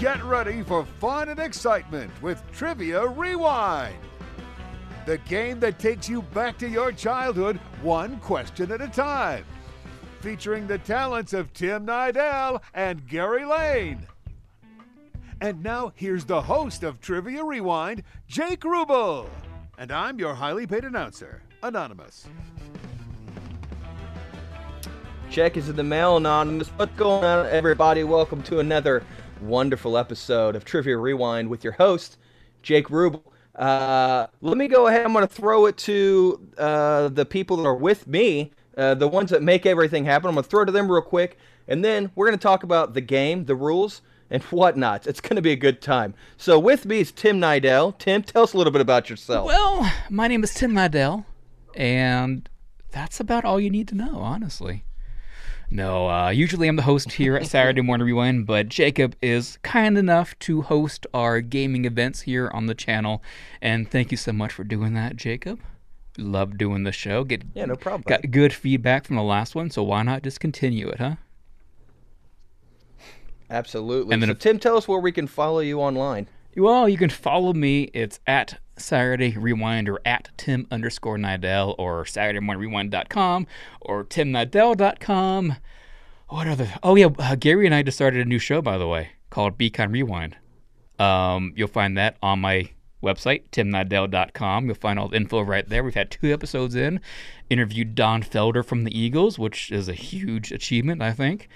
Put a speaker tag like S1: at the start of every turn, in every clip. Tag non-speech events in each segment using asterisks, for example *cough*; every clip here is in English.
S1: Get ready for fun and excitement with Trivia Rewind. The game that takes you back to your childhood one question at a time. Featuring the talents of Tim Nidell and Gary Lane. And now here's the host of Trivia Rewind, Jake Rubel. And I'm your highly paid announcer, Anonymous.
S2: Check is in the mail, Anonymous. What's going on, everybody? Welcome to another wonderful episode of Trivia Rewind with your host, Jake Rubel. Uh, let me go ahead. I'm going to throw it to uh, the people that are with me, uh, the ones that make everything happen. I'm going to throw it to them real quick, and then we're going to talk about the game, the rules, and *laughs* whatnot. It's going to be a good time. So, with me is Tim Nidell. Tim, tell us a little bit about yourself.
S3: Well, my name is Tim Nadell, and that's about all you need to know, honestly. No, uh, usually I'm the host here at Saturday Morning Rewind, but Jacob is kind enough to host our gaming events here on the channel, and thank you so much for doing that, Jacob. Love doing the show. Get
S2: yeah, no problem.
S3: got good feedback from the last one, so why not just continue it, huh?
S2: Absolutely.
S3: And then
S2: so,
S3: if-
S2: Tim, tell us where we can follow you online.
S3: Well, you can follow me. It's at Saturday Rewind or at Tim underscore Nidell or Saturday Morning Rewind.com or TimNidell.com. What other? Oh, yeah. Uh, Gary and I just started a new show, by the way, called Beacon Rewind. Um, you'll find that on my website, timnidell.com. You'll find all the info right there. We've had two episodes in. Interviewed Don Felder from the Eagles, which is a huge achievement, I think.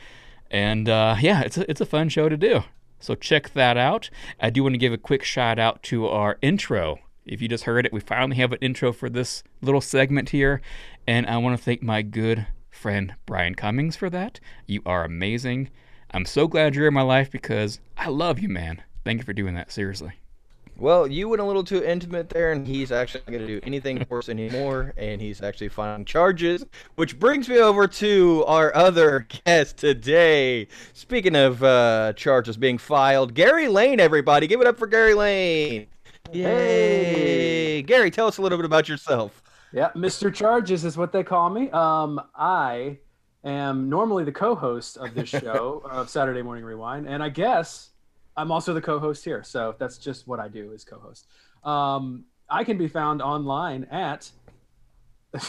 S3: And uh, yeah, it's a, it's a fun show to do. So check that out. I do want to give a quick shout out to our intro. If you just heard it, we finally have an intro for this little segment here. And I want to thank my good friend Brian Cummings for that. You are amazing. I'm so glad you're in my life because I love you, man. Thank you for doing that, seriously.
S2: Well, you went a little too intimate there, and he's actually not going to do anything for us anymore, and he's actually filing charges, which brings me over to our other guest today. Speaking of uh, charges being filed, Gary Lane, everybody, give it up for Gary Lane. Yay! Gary, tell us a little bit about yourself.
S4: Yeah, Mr. Charges is what they call me. Um, I am normally the co-host
S2: *laughs*
S4: of this show of Saturday Morning Rewind, and I guess I'm also the co-host here. So that's just what I do is co-host. Um, I can be found online at *laughs*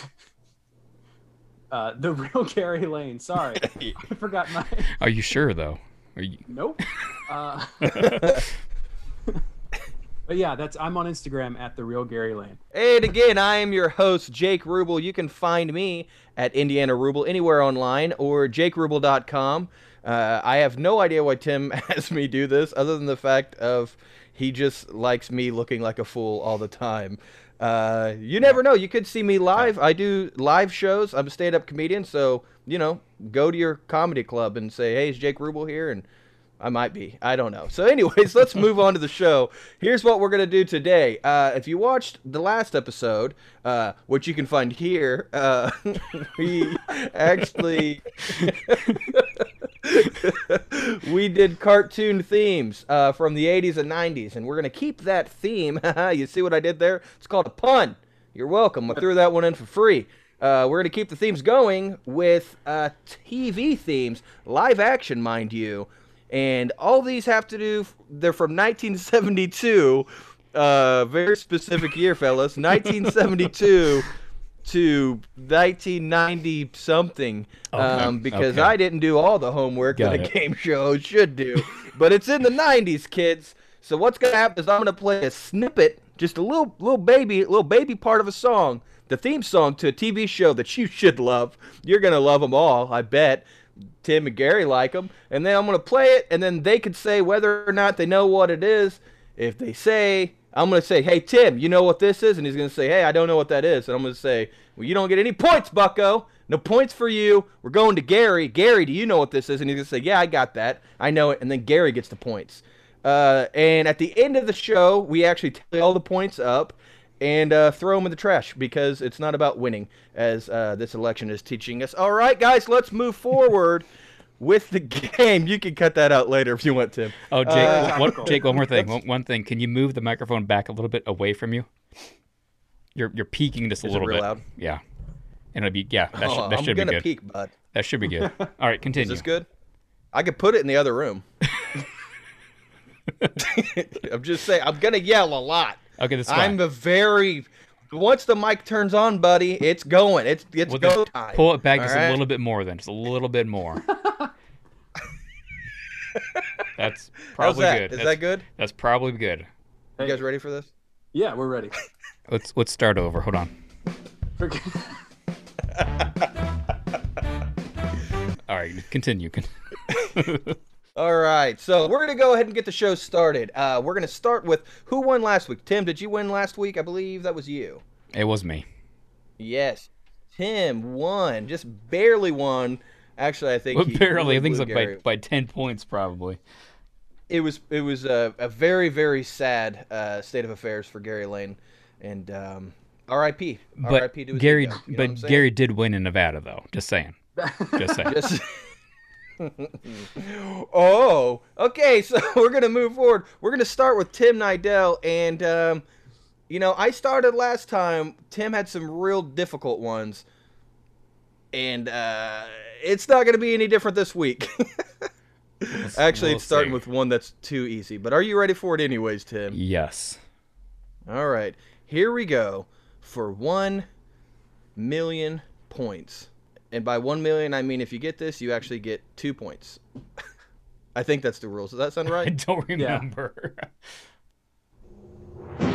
S4: uh, the real Gary
S2: *laughs*
S4: Lane. Sorry, I forgot my
S3: Are you sure, though? Are you...
S2: *laughs*
S4: nope. Uh, *laughs* but yeah, that's I'm on Instagram at the real Gary Lane.
S2: And again, I am your host, Jake Rubel. You can find me at Indiana Rubel anywhere online or jakerubel.com. Uh, I have no idea why Tim *laughs* has me do this, other than the fact of he just likes me looking like a fool all the time. Uh, you never know. You could see me live. I do live shows. I'm a stand-up comedian, so you know, go to your comedy club and say, "Hey, is Jake Rubel here?" and I might be. I don't know. So, anyways, let's move on to the show. Here's what we're going to do today. Uh, if you watched the last episode, uh, which you can find here, uh, *laughs* we actually. *laughs* we did cartoon themes uh, from the 80s and 90s, and we're going to keep that theme. *laughs* you see what I did there? It's called a pun. You're welcome. I threw that one in for free. Uh, we're going to keep the themes going with uh, TV themes, live action, mind you. And all these have to do, they're from 1972. Uh, very specific year,
S3: *laughs*
S2: fellas. 1972 to 1990 something. um, because
S3: okay.
S2: I didn't do all the homework
S3: Got
S2: that a
S3: it.
S2: game show should do. but it's in the 90s, kids. So what's gonna happen is I'm gonna play a snippet, just a little little baby little baby part of a song, the theme song to a TV show that you should love. You're gonna love them all, I bet. Tim and Gary like them, and then I'm gonna play it, and then they could say whether or not they know what it is. If they say, I'm gonna say, "Hey Tim, you know what this is?" and he's gonna say, "Hey, I don't know what that is," and I'm gonna say, "Well, you don't get any points, Bucko. No points for you. We're going to Gary. Gary, do you know what this is?" and he's gonna say, "Yeah, I got that. I know it." And then Gary gets the points. Uh, and at the end of the show, we actually tally all the points up and uh, throw them in the trash because it's not about winning, as uh, this election is teaching us. All right, guys, let's move forward with the *laughs* game. You can cut that out later if you want to.
S3: Oh, Jake,
S2: Uh,
S3: one, Jake, one more thing. One, one thing. Can you move the microphone back a little bit away from you? You're you're peeking just a
S2: Is it
S3: little
S2: real
S3: bit.
S2: loud?
S3: Yeah. And it'll be yeah. That
S2: Oh,
S3: should, that
S2: I'm
S3: should be
S2: gonna
S3: good.
S2: peek, bud. *laughs*
S3: That should be good. All right, continue. *laughs*
S2: Is this good? I could put it in the other room. *laughs* I'm just saying, I'm gonna yell a lot.
S3: Okay, this is fine.
S2: I'm a very. Once the mic turns on, buddy, it's going. It's it's
S3: We'll
S2: go
S3: just
S2: time.
S3: pull it back
S2: All
S3: just
S2: right?
S3: a little bit more, then just a little
S2: *laughs*
S3: bit more.
S2: How's
S3: That's probably
S2: that?
S3: good.
S2: Is
S3: that's,
S2: that good?
S3: That's probably good.
S2: You guys ready for this?
S4: Yeah,
S2: *laughs*
S4: we're ready.
S3: Let's let's start over. Hold on.
S4: Forget-
S3: All right, continue. Con-
S2: All right, so we're gonna go ahead and get the show started. Uh, we're gonna start with who won last week. Tim, did you win last week? I believe that was you.
S3: It was me.
S2: Yes, Tim won, just barely won. Actually, I think he
S3: Barely. I
S2: really
S3: think it's
S2: blew
S3: like by,
S2: Gary.
S3: by 10 points, probably.
S2: it was it was a, a very very sad uh, state of affairs for Gary Lane, and um, R.I.P.
S3: But
S2: R.I.P. to his
S3: Gary,
S2: ego, you know what I'm
S3: but
S2: saying?
S3: Gary did win in Nevada, though. Just saying. Just saying.
S2: *laughs* Just- *laughs* oh, okay. *laughs* So we're gonna move forward. We're gonna start with Tim Nidell, and um, you know, I started last time. Tim had some real difficult ones, and uh, it's not gonna be any different this week. *laughs* Actually,
S3: we'll
S2: it's starting
S3: see.
S2: with one that's too easy. But are you ready for it, anyways, Tim?
S3: yes.
S2: All right, here we go for one million points. And by one million, I mean if you get this, you actually get two points. *laughs* I think that's the rules. Does that sound
S3: *laughs* I
S2: right?
S3: don't remember. *sighs*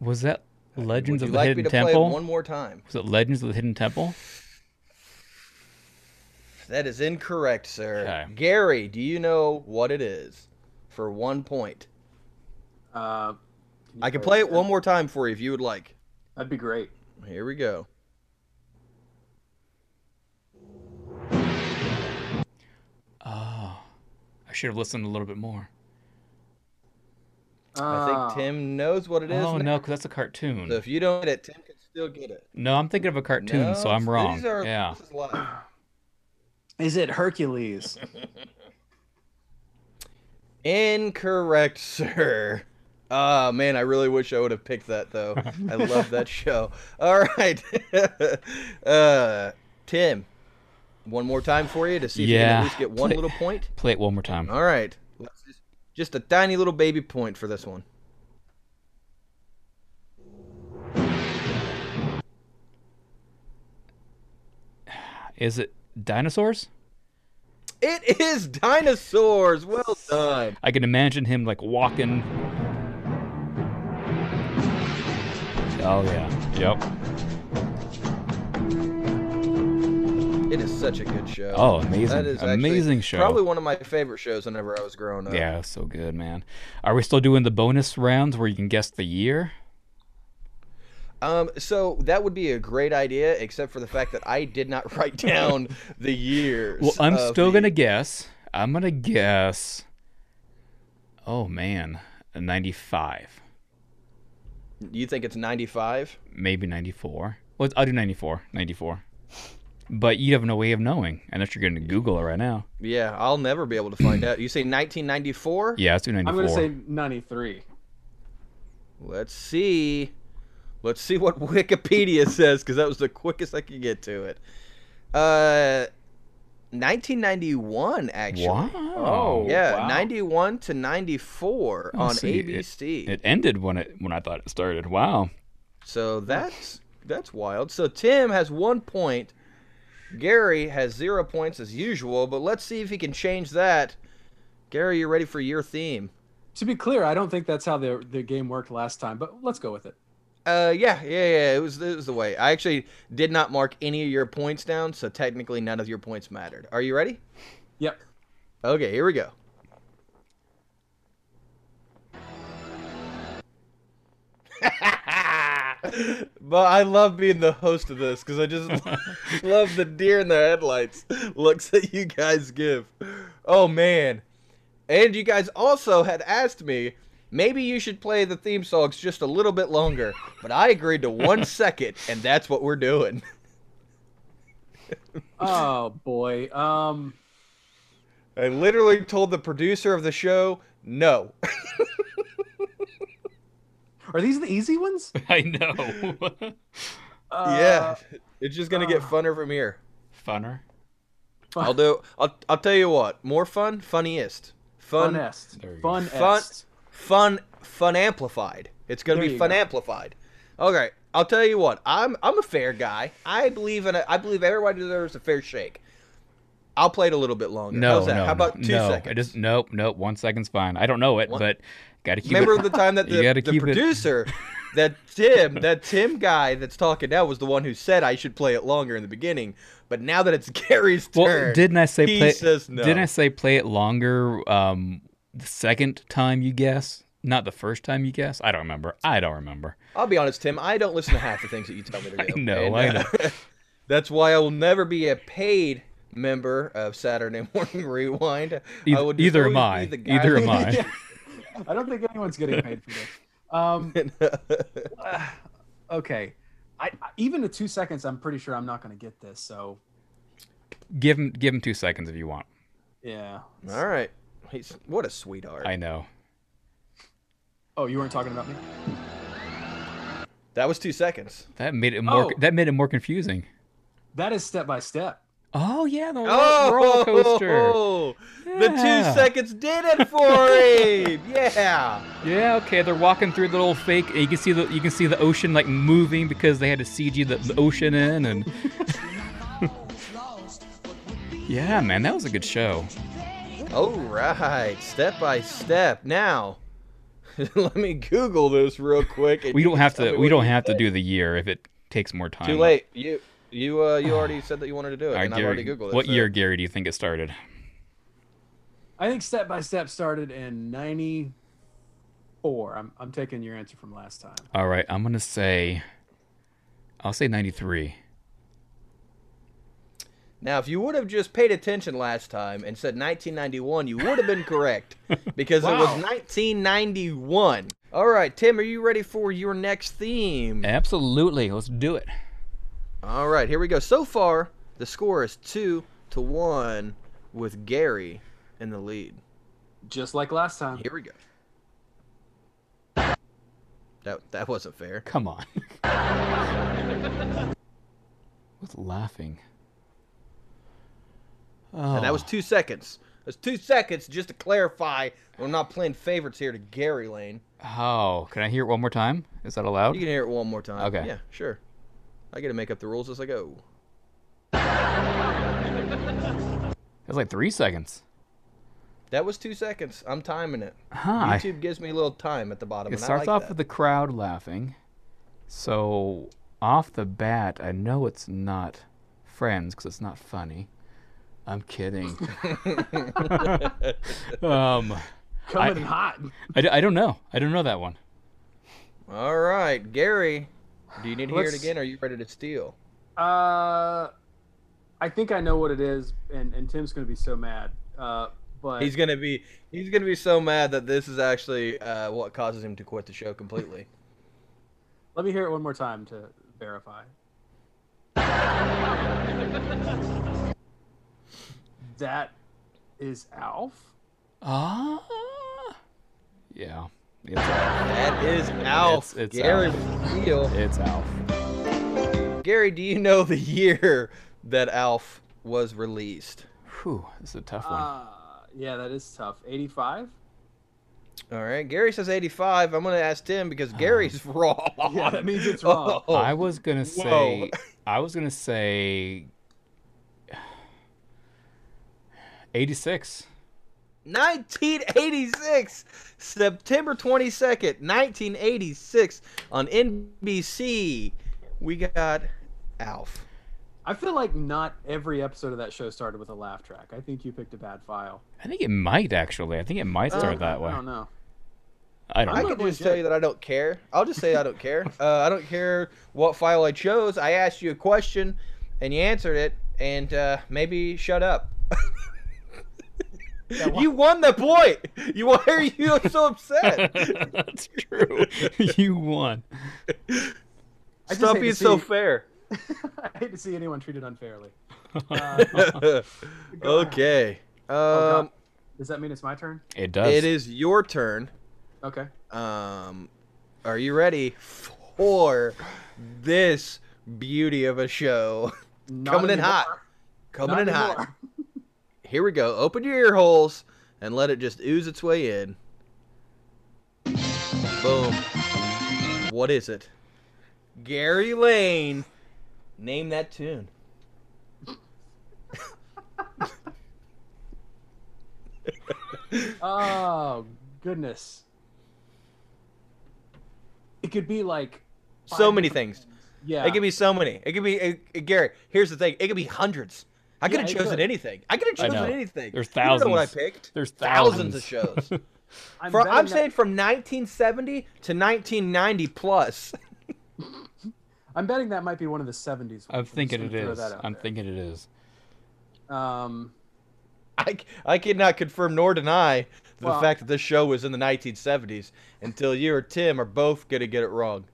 S3: Was that Legends
S2: Would
S3: of
S2: you
S3: the
S2: like me
S3: Hidden
S2: to play
S3: Temple?
S2: it one more time?
S3: Was it Legends of the Hidden Temple?
S2: That is incorrect, sir.
S3: Okay.
S2: Gary, do you know what it is? For one point,
S4: uh, you
S2: I can play it one more time for you if you would like.
S4: That'd be great.
S2: Here we go.
S3: Oh, I should have listened a little bit more.
S2: I
S4: Uh, Ah.
S2: think Tim knows what it is.
S3: Oh
S2: now.
S3: no, because that's a cartoon.
S2: So if you don't get it, Tim can still get it.
S3: No, I'm thinking of a cartoon, so I'm
S2: these
S3: wrong.
S2: are-
S3: yeah.
S2: This is live.
S4: Is it *laughs* Hercules?
S2: Incorrect, sir. Ah, man, I really wish I would have picked that though. I love
S3: *laughs*
S2: that show. All right, *laughs* uh, Tim, one more time for you to see if you can
S3: Yeah.
S2: at least get one
S3: Play- *laughs*
S2: little point.
S3: Play it one more time.
S2: All right, Let's just- just a tiny little baby point for this one.
S3: Is it dinosaurs?
S2: It is dinosaurs. Well done.
S3: I can imagine him like walking. Oh yeah. Yep.
S2: It is such a good show.
S3: Oh, amazing.
S2: That is actually
S3: amazing show.
S2: Probably one of my favorite shows whenever I was growing up.
S3: Yeah, so good, man. Are we still doing the bonus rounds where you can guess the year?
S2: Um, so that would be a great idea, except for the fact that I did not *laughs* write down the years.
S3: Well, I'm
S2: of
S3: still
S2: the-
S3: gonna guess. I'm gonna guess. Oh man, a 95,
S2: You think it's 95?
S3: maybe 94. Well, I'll do 94, 94. But you have no way of knowing unless you're going to Google it right now.
S2: Yeah, I'll never be able to find out. You say 1994?
S3: Yeah, let's do 94.
S4: I'm going to say 93.
S2: Let's see. Let's see what Wikipedia says, because that was the quickest I could get to it. Uh, 1991, actually.
S3: Wow.
S4: Oh.
S2: Yeah,
S4: Wow.
S2: 91 to 94
S3: Oh,
S2: on
S3: see, it-
S2: ABC.
S3: It ended when it when I thought it
S2: *laughs*
S3: started. Wow.
S2: So that's that's wild. So Tim has one point. Gary has zero points as usual, but let's see if he can change that. Gary, you ready for your theme?
S4: To be clear, I don't think that's how the the game worked last time, but let's go with it.
S2: Uh, yeah, yeah, yeah. It was, it was the way. I actually did not mark any of your points down, so technically none of your points mattered. Are you ready?
S4: *laughs* Yep.
S2: Okay, here we go. *laughs* but I love being the host of this because I just love the deer in the headlights looks that you guys give. Oh man. And you guys also had asked me maybe you should play the theme songs just a little bit longer, but I agreed to one second, and that's what we're doing. *laughs*
S4: Oh boy. Um
S2: I literally told the producer of the show, no.
S4: are these the easy ones?
S3: I know.
S4: Uh,
S2: *laughs* yeah, It's just gonna get funner from
S4: *laughs*
S2: here.
S3: *laughs* Funner.
S4: Fun-
S2: Although I'll I'll tell you what, more fun, funniest, fun,
S4: Funnest.
S3: There you go.
S4: Funnest.
S2: fun, fun, fun amplified. It's gonna
S4: There
S2: be
S4: you
S2: fun
S4: go.
S2: amplified. Okay, I'll tell you what. I'm I'm a fair guy. I believe in a, I believe everybody deserves a fair shake. I'll play it a little bit longer.
S3: No,
S2: How's that?
S3: no,
S2: How about
S3: no,
S2: two
S3: no.
S2: seconds?
S3: It is nope, nope. One second's fine. I don't know it,
S2: One-
S3: but gotta keep
S2: Remember
S3: it.
S2: the time
S3: *laughs*
S2: that
S3: You
S2: the,
S3: gotta
S2: the
S3: keep it- *laughs*
S2: producer, that Tim, that Tim guy that's talking now was the one who said I should play it longer in the beginning. But now that it's *laughs* Gary's
S3: well,
S2: turn,
S3: didn't I say
S2: he
S3: play?
S2: says no.
S3: Didn't I say play it longer? Um, the second time you guess, not the first time you guess. I don't remember. I don't remember.
S2: I'll be honest, Tim. I don't listen to half the things that you tell me to do.
S3: *laughs* I know, *laughs* I
S2: know. *laughs* That's why I will never be a paid member of Saturday *laughs* Morning Rewind. I
S3: Either,
S2: will just
S3: either am I.
S2: always be the guy-
S3: Either
S2: *laughs*
S3: am I.
S4: I don't think anyone's getting paid for this. Um,
S2: *laughs*
S4: okay. I, I- even the two seconds, I'm pretty sure I'm not going to get this. So,
S3: Give him, give him two seconds if you want.
S4: yeah.
S2: All right. He's, what a sweetheart.
S3: I know.
S4: Oh, you weren't talking about me?
S2: That was two seconds.
S3: That made it more.
S4: Oh.
S3: That made it more confusing.
S4: That is step by step.
S3: Oh yeah, the ro-
S2: Oh,
S3: roller coaster.
S2: *laughs* the two
S3: Yeah.
S2: seconds did it for him. *laughs* Yeah.
S3: Yeah, okay. They're walking through the little fake. and You can see the you can see the ocean like moving because they had to CG the, the ocean in, and *laughs* yeah, man, that was a good show.
S2: All right, step by step. Now, *laughs* let me Google this real quick. and
S3: We
S2: you
S3: don't
S2: can
S3: have
S2: tell
S3: to
S2: me
S3: we
S2: what
S3: don't
S2: you
S3: have to
S2: think.
S3: do the year if it takes more time.
S2: Too late. You you uh you already said that you wanted to do it,
S3: *sighs* All right,
S2: and I've
S3: Gary,
S2: already Googled it.
S3: what
S2: so-
S3: year, Gary, do you think it started?
S4: I think step by step started in 94. I'm, I'm taking your answer from last time.
S3: All right, I'm gonna say, I'll say 93.
S2: Now, if you would have just paid attention last time and said 1991, you would have been correct because it was
S4: Wow.
S2: 1991. All right, Tim, are you ready for your next
S3: Eh.
S2: theme?
S3: Absolutely, let's do it.
S2: All right, here we go. So far, the score is two to one with Gary in the lead.
S4: Just like last time.
S2: Here we go. That that wasn't fair.
S3: Come on. *laughs* What's laughing? Oh,
S2: And that was two seconds. That's two seconds just to clarify. We're not playing favorites here to Gary Lane.
S3: oh, can I hear it one more time? Is that allowed?
S2: You can hear it one more time.
S3: Okay.
S2: Yeah, sure. I get to make up the rules as I go.
S3: That's like three seconds.
S2: Oh, That was two seconds. I'm timing it.
S3: Huh.
S2: YouTube gives me a little time at the bottom.
S3: It
S2: and I
S3: starts
S2: like
S3: off
S2: that.
S3: with the crowd laughing. So, off the bat, I know it's not friends because it's not funny. I'm
S2: *laughs*
S3: kidding. *laughs* um,
S4: Coming in hot.
S3: I, d- I don't know. I don't know that one.
S2: All right, Gary. Do you need to hear it
S4: Let's-
S2: again? Or are you ready to steal?
S4: Uh, I think I know what it is, and, and Tim's going to be so mad. Uh, but
S2: He's gonna be he's gonna be so mad that this is actually uh, what causes him to quit the show completely.
S4: let me hear it one more time to verify. that is Alf?
S3: Ah. Yeah. It's Alf.
S2: That is Alf.
S3: It's- it's
S2: Gary
S3: Alf.
S2: with the steal.
S3: It's Alf.
S2: Gary, do you know the year that Alf was released?
S3: Whew, this is a tough one.
S4: Uh, yeah, that is tough. 85?
S2: All right, Gary says 85. I'm going to ask Tim because Gary's *laughs* wrong.
S4: Uh-huh. Yeah, that means it's wrong.
S2: Oh,
S3: I was gonna say. I was gonna say. *sighs* Eighty-six.
S2: 1986, September 22nd, 1986, on NBC, we got Alf.
S4: I feel like not every episode of that show started with a laugh track. I think you picked a bad file.
S3: I think it might actually. I think it might start that way.
S4: Uh, I don't know. *laughs*
S3: I don't
S2: I
S3: know.
S2: can
S4: gonna
S2: just tell you that I don't care. I'll just say I don't
S4: *laughs*
S2: care. Uh, I don't care what file I chose. I asked you a question, and you answered it, and uh, maybe shut
S4: *laughs*
S2: up. you won the point. You why are
S4: *laughs*
S2: you so
S3: *laughs*
S2: upset?
S3: That's true. *laughs* you won. *laughs*
S4: just
S2: Stop
S4: hate to
S2: being so
S4: see- *laughs*
S2: fair.
S4: I hate to see anyone
S2: *laughs*
S4: treated unfairly.
S2: Um,
S4: Oh,
S2: okay. Um,
S4: Does that mean it's my turn?
S3: It does.
S2: it is your turn.
S4: Okay.
S2: Um, are you ready for this beauty of a show. *laughs*
S4: Not
S2: Coming in
S4: anymore.
S2: hot. Coming
S4: Not
S2: in hot.
S4: anymore.
S2: Here we go. Open your ear holes and let it just ooze its way in. Boom. What is it? Gary Lane. Name that tune.
S4: Oh goodness. It could be like
S2: So many things.
S4: yeah.
S2: It could be so many. It could be it, it- Gary. Here's the thing. It could be hundreds. I could
S4: Yeah,
S2: have
S4: it
S2: chosen
S4: could.
S2: anything. I could
S3: I
S2: have chosen
S3: know.
S2: anything.
S3: There's
S2: You know what I
S3: thousands.
S2: picked?
S3: There's
S2: Thousands
S3: thousands,
S2: of shows.
S4: I'm,
S2: For,
S4: betting
S2: I'm
S4: that-
S2: saying from 1970 to 1990 plus.
S4: I'm betting that might be one of the 70s.
S3: I'm
S4: ones. I'm
S3: thinking
S4: just
S3: it
S4: gonna throw
S3: is.
S4: that out
S3: I'm
S4: there.
S3: thinking it is.
S4: Um,
S2: *laughs* I, I cannot confirm nor deny the
S4: Well-
S2: fact that this show was in the 1970s until you or Tim are both going to get it wrong.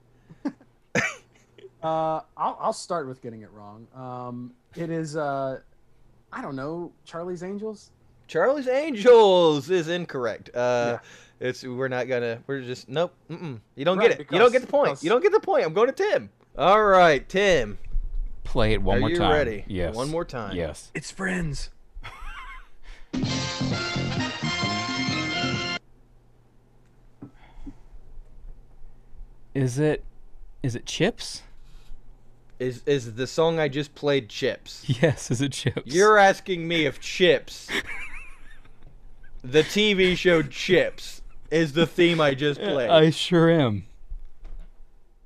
S4: uh, I'll, I'll start with getting it wrong. Um, it is, uh, I don't know, Charlie's Angels?
S2: Charlie's Angels is incorrect. Uh, It's we're not gonna. We're just nope. Mm-mm. You don't
S4: Right,
S2: get it. you don't
S4: because-
S2: get the point.
S4: because-
S2: You don't get the point. I'm going to Tim. All right, Tim.
S3: Play it one
S2: are
S3: more
S2: you
S3: time.
S2: ready?
S3: Yes.
S2: One more time.
S3: Yes.
S4: It's Friends.
S3: Is it? Is it chips? *laughs*
S2: Is is the song I just played Chips?
S3: Yes. Is it chips?
S2: You're asking me if
S4: *laughs*
S2: Chips, the TV show Chips, is the theme I just played.
S3: I sure am.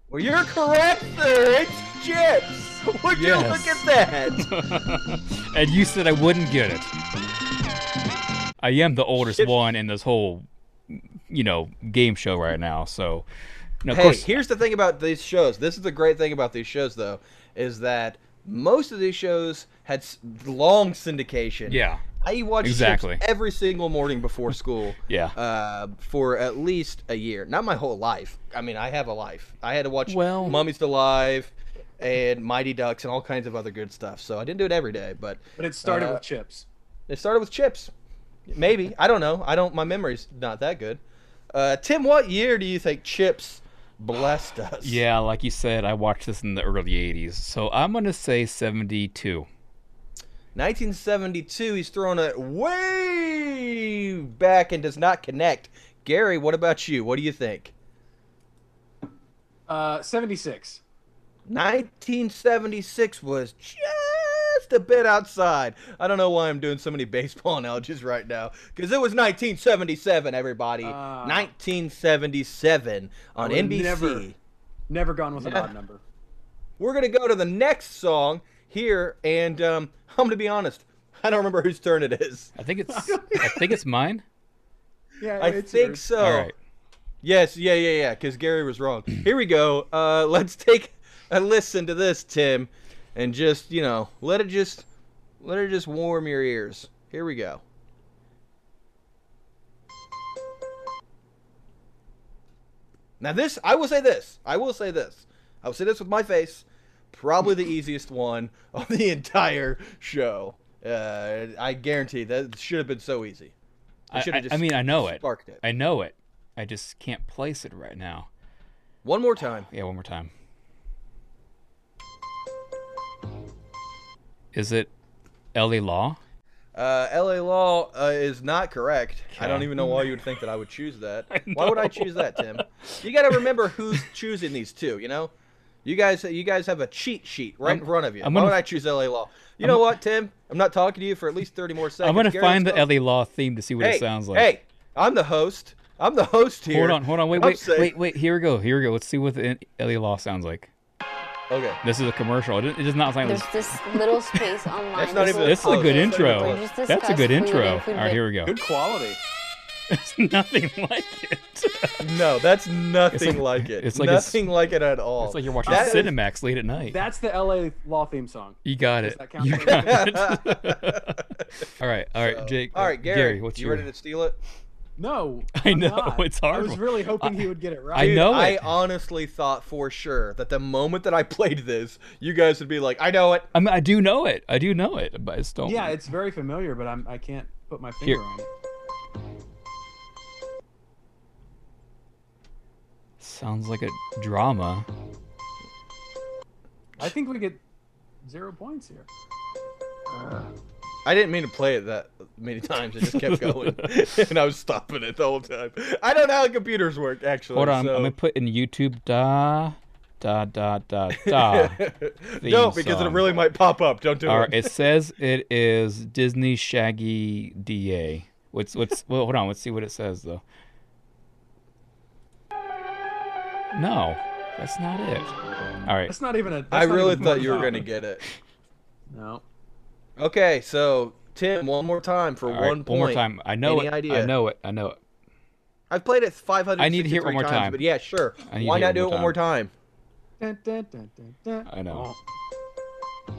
S2: Well, you're correct, sir. It's Chips. *laughs* Would you look at
S3: Yes. *laughs*
S2: that?
S3: and you said I wouldn't get it. I am the oldest
S2: Shit.
S3: one in this whole, you know, game show right now. So, no, of
S2: hey,
S3: course,
S2: here's the thing about these shows. This is the great thing about these shows, though, is that most of these shows had s- long syndication.
S3: yeah,
S2: I watched Chips
S3: Exactly.
S2: every single morning before school.
S3: *laughs* yeah.
S2: Uh, for at least a year. Not my whole life. I mean, I have a life. I had to watch
S3: Well-
S2: Mummy's Alive and Mighty Ducks and all kinds of other good stuff. So I didn't do it every day, but
S4: But it started
S2: Uh,
S4: with Chips.
S2: it started with chips. Maybe I don't know. I don't. My memory's not that good. Uh, Tim, what year do you think chips blessed us?
S3: yeah, like you said, I watched this in the early '80s, so I'm gonna say '72.
S2: 1972. He's throwing it way back and does not connect. Gary, what about you? What do you think?
S4: Uh, 76.
S2: 1976 was just a bit outside. I don't know why I'm doing so many *laughs* baseball analogies right now because it was 1977. Everybody,
S4: Ah.
S2: 1977 on
S4: would've
S2: NBC.
S4: never- Never gone with an
S2: Yeah.
S4: odd number.
S2: We're gonna go to the next song here, and um, I'm gonna be honest. I don't remember whose turn it is.
S3: I think it's, I think
S2: *laughs*
S3: it's mine.
S4: *laughs* Yeah,
S2: I
S4: it's
S2: think
S4: yours.
S2: so.
S3: All right,
S2: Yes, yeah, yeah, yeah. Because Gary was wrong.
S3: *clears throat*
S2: Here we go. Uh, let's take a listen to this, Tim, and just you know, let it just, let it just warm your ears. Here we go. Now this, I will say this. I will say this. I will say this with my face. Probably the easiest one *laughs* of the entire show. Uh, I guarantee that should have been so easy.
S3: I,
S2: should've
S3: I- I mean, I know it.
S2: sparked it.
S3: I know it. I just can't place it right now.
S2: One more time.
S3: Yeah, one more time. Is it Ellie Law?
S2: Uh, LA Law uh, is not correct. I don't
S3: Okay.
S2: even know why you would think that I would choose
S3: *laughs*
S2: that. Why would I choose that, Tim? You got to remember who's *laughs* choosing these two. You know, you guys, you guys have a cheat sheet right in
S3: I'm-
S2: front of you.
S3: I'm
S2: why
S3: gonna-
S2: would I choose LA Law? You know what, Tim? I'm not talking to you for at least 30 more seconds.
S3: I'm gonna
S2: Gary,
S3: find the
S2: let's go.
S3: Ellie Law theme to see what
S2: Hey,
S3: it sounds like.
S2: hey, I'm the host. I'm the host here.
S3: Hold on, hold on, wait,
S2: I'm
S3: wait,
S2: saying-
S3: wait, wait. Here we go, here we go. Let's see what the Ellie Law sounds like.
S2: Okay.
S3: This is a commercial. It does- it does not sound like
S5: There's this little space
S2: *laughs*
S5: online.
S2: That's not
S5: This
S2: even
S3: Oh,
S5: little
S3: this. This is a
S5: place
S3: good
S2: Close.
S5: where
S3: intro.
S5: you just
S3: That's a
S5: discuss
S3: good
S5: food and
S3: intro. All
S5: food
S3: right, here we go.
S4: Good quality.
S3: *laughs* It's nothing like it.
S2: No, that's nothing like,
S3: like-
S2: it.
S3: it's like it's-
S2: nothing like it at all.
S3: It's like you're watching
S4: That is-
S3: Cinemax late at night.
S4: That's the LA Law theme song.
S3: you got
S4: Does
S3: it.
S4: that count?
S3: You got it.
S2: *laughs*
S3: *laughs* all right, all right,
S2: So-
S3: Jake.
S2: All right, Gary.
S3: what's
S2: you
S3: your?
S2: ready to steal it?
S4: No.
S3: *laughs* I
S4: I'm
S3: know,
S4: not.
S3: it's hard
S4: I was
S3: one.
S4: really hoping he would get it
S3: I
S4: right.
S2: Dude,
S3: know
S2: I
S3: it.
S2: honestly thought for sure that the moment that I *laughs* played this, you guys would be like, "I know it."
S3: I mean, I do know it. I do know it, but I just don't.
S4: Yeah, it's very familiar, but I'm, I can't put my finger
S3: Here.
S4: on it.
S3: sounds like a drama.
S4: I think we get zero points here.
S2: Uh, I didn't mean to play it that many times. It just
S3: *laughs*
S2: kept going, *laughs* and I was stopping it the whole time. I don't know how computers work, actually.
S3: Hold on,
S2: so-
S3: I'm
S2: *laughs*
S3: gonna put in YouTube da da da da da.
S2: no,
S3: theme
S2: because it
S3: song.
S2: really might pop up. Don't do
S3: All
S2: it.
S3: right, it says it is Disney Shaggy DA. What's what's well, hold on, let's see what it says though. No, that's not it. All right,
S4: That's not even a. that's
S2: I
S4: not
S2: really
S4: even
S2: thought
S4: one
S2: you were
S4: song.
S2: gonna get it.
S4: No.
S2: Okay, so Tim, one more time for
S3: all right,
S2: one point.
S3: one more time. I know
S2: Any
S3: it.
S2: idea?
S3: I know it. I know it.
S2: I've played it 500.
S3: I need to hear it one more time.
S2: But yeah, sure.
S3: I need
S2: Why
S3: to hear
S2: not do it one more time?
S4: Dun, dun, dun, dun, dun.
S3: I know.
S2: Oh,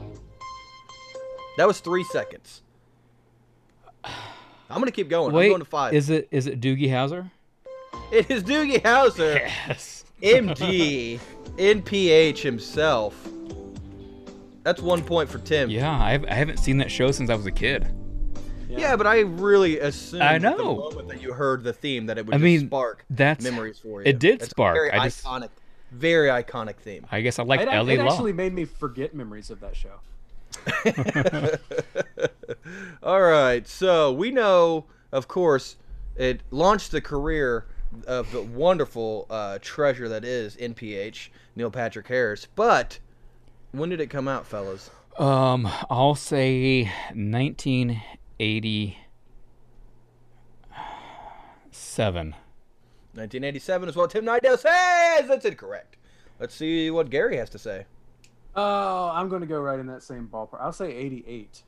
S2: That was three seconds. I'm gonna keep going. I'm
S3: Wait,
S2: going to five.
S3: is it is it Doogie Howser?
S2: it is Doogie Howser,
S3: *laughs* Yes.
S2: MD, NPH himself. That's one point for Tim.
S3: Yeah, I've, I haven't seen that show since I was a kid.
S2: Yeah, but I really assumed
S3: I
S2: at the
S3: know.
S2: moment that you heard the theme that it would
S3: I
S2: just
S3: mean,
S2: spark
S3: that's-
S2: memories for you.
S3: it did
S2: It's a
S3: spark.
S2: Very
S3: I just-
S2: iconic, very iconic theme.
S3: I guess I like
S4: It,
S3: Ellie
S4: it
S3: Law.
S4: actually made me forget memories of that show.
S2: All right, so we know, of course, it launched the career of the wonderful uh, treasure that is NPH Neil Patrick Harris. But when did it come out, fellas?
S3: Um, I'll say 1987.
S2: 1987 is what Tim Nidell says. That's incorrect. Let's see what Gary has to say.
S4: Oh, I'm going to go right in that same ballpark. I'll say 88.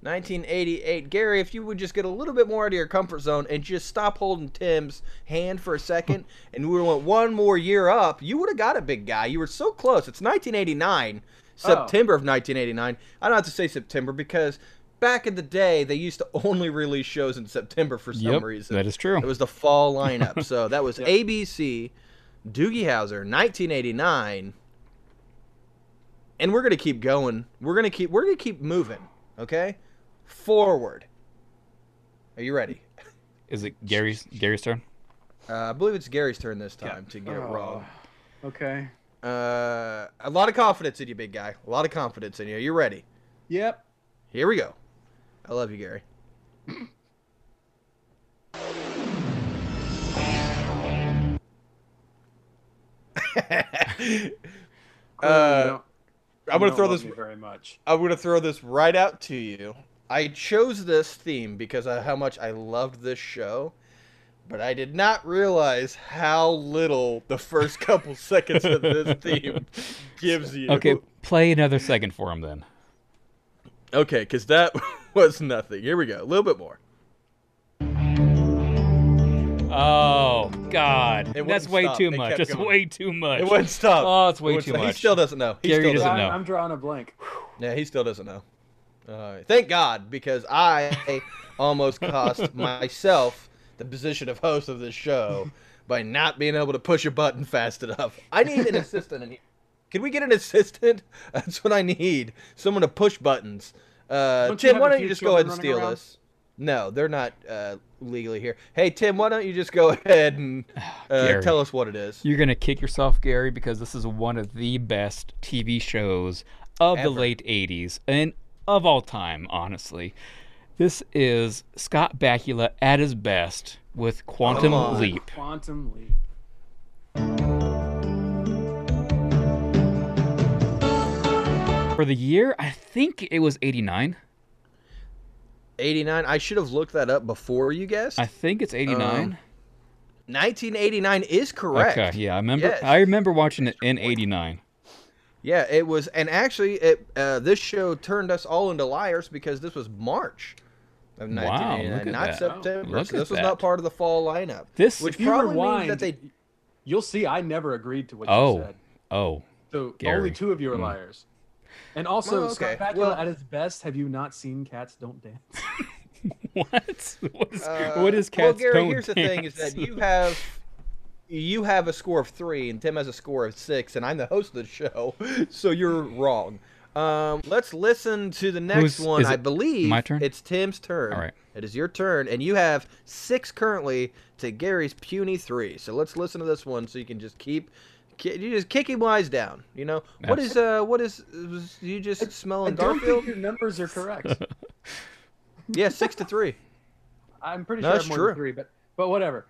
S2: 1988. Gary, if you would just get a little bit more out of your comfort zone and just stop holding Tim's hand for a
S3: *laughs*
S2: second, and we would have went one more year up, you would have got a big guy. You were so close. It's 1989,
S3: Oh.
S2: September of 1989. I don't have to say September because back in the day they used to *laughs* only release shows in September for some
S3: Yep,
S2: reason.
S3: that is true.
S2: It was the fall lineup. so that was ABC, Doogie Howser, 1989 and we're gonna keep going. We're gonna keep we're gonna keep moving. Okay, forward. Are you ready?
S3: Is it Gary's Gary's turn?
S2: Uh, I believe it's Gary's turn this time to get it wrong.
S4: Okay.
S2: Uh, a lot of confidence in you, big guy. A lot of confidence in you. Are you ready?
S4: Yep.
S2: Here we go. I love you, Gary. *laughs*
S4: Clearly you don't-
S2: Uh, I'm
S4: you
S2: gonna
S4: don't
S2: throw
S4: love
S2: this.
S4: me very much.
S2: I'm gonna throw this right out to you. I chose this theme because of how much I loved this show, but I did not realize how little the first
S3: *laughs*
S2: couple seconds of this theme gives you.
S3: Okay, play another second for him then.
S2: Okay, because that *laughs* was nothing. Here we go. A little bit more.
S3: Oh God,
S2: It
S3: that's
S2: wouldn't
S3: way
S2: stop.
S3: too
S2: It
S3: much.
S2: kept
S3: That's
S2: going.
S3: way too much.
S2: It wouldn't stop.
S3: Oh, it's way
S2: It wouldn't
S3: too
S2: stop. He
S3: much.
S2: still doesn't know. He
S3: Gary
S2: still
S3: doesn't
S2: doesn't.
S4: I'm,
S3: know.
S4: I'm drawing a blank.
S2: Yeah, he still doesn't know. Uh, thank God, because I *laughs* almost
S4: *laughs*
S2: cost myself the position of host of this show by not being able to push a button fast enough. I need an assistant
S4: *laughs*
S2: in here. Can we get an assistant? *laughs* That's what I need. Someone to push buttons. Uh,
S4: Don't you
S2: Tim,
S4: have
S2: why
S4: a
S2: don't
S4: few
S2: you just go ahead and
S4: children
S2: steal
S4: running around?
S2: this? No, they're not uh, legally here. Hey, Tim, why don't you just go ahead
S4: *sighs*
S2: and uh,
S3: Gary.
S2: tell us what it is?
S3: You're gonna kick yourself, Gary, because this is one of the best TV shows of
S2: Ever.
S3: the late '80s and of all time, honestly. This is Scott Bakula at his best with Quantum
S2: Come on.
S3: Leap.
S4: Quantum leap.
S3: For the year, I think it was '89.
S2: 89. I should have looked that up before you guessed.
S3: I think it's '89.
S2: 1989 is Oh, correct.
S3: Okay, yeah, I remember.
S2: Yes.
S3: I remember watching it in '89.
S2: Yeah, it was, and actually, it uh, this show turned us all into liars because this was March of 1989,
S3: look at
S2: not
S3: that.
S2: September.
S3: Look
S2: so
S3: at
S2: this was
S3: that.
S2: not part of the fall lineup.
S3: This-
S2: which
S3: If
S4: you
S2: probably
S4: rewind-
S2: means that they
S4: You'll see, I never agreed to what you
S3: Oh,
S4: said.
S3: oh, *laughs*
S4: So
S3: Gary. Hmm.
S4: only two of you are liars. And also,
S2: Well, okay.
S4: Scott Bakula
S2: Well-
S4: at his best. Have you not seen Cats Don't Dance?
S3: what? What is,
S2: uh,
S3: what is
S2: well,
S3: cats
S2: Gary,
S3: don't
S2: here's the thing: is
S3: dance?
S2: that you have you have a score of three, and Tim has a score of six, and I'm the host of the show, *laughs* so you're wrong. Um, let's listen to the next
S3: Who's-
S2: one.
S3: is
S2: I
S3: it
S2: believe
S3: my turn?
S2: it's Tim's turn.
S3: All right.
S2: It is your turn, and you have six currently to Gary's puny three. So let's listen to this one so you can just keep Ki- You just kick him wise down. You know what is uh what is was you just
S4: I
S2: smelling
S4: don't
S2: Garfield?
S4: think your numbers
S3: *laughs*
S4: are correct.
S2: Yeah, six to three.
S4: I'm pretty
S2: No,
S4: sure I
S2: that's
S4: have more
S2: true.
S4: than three, but but whatever.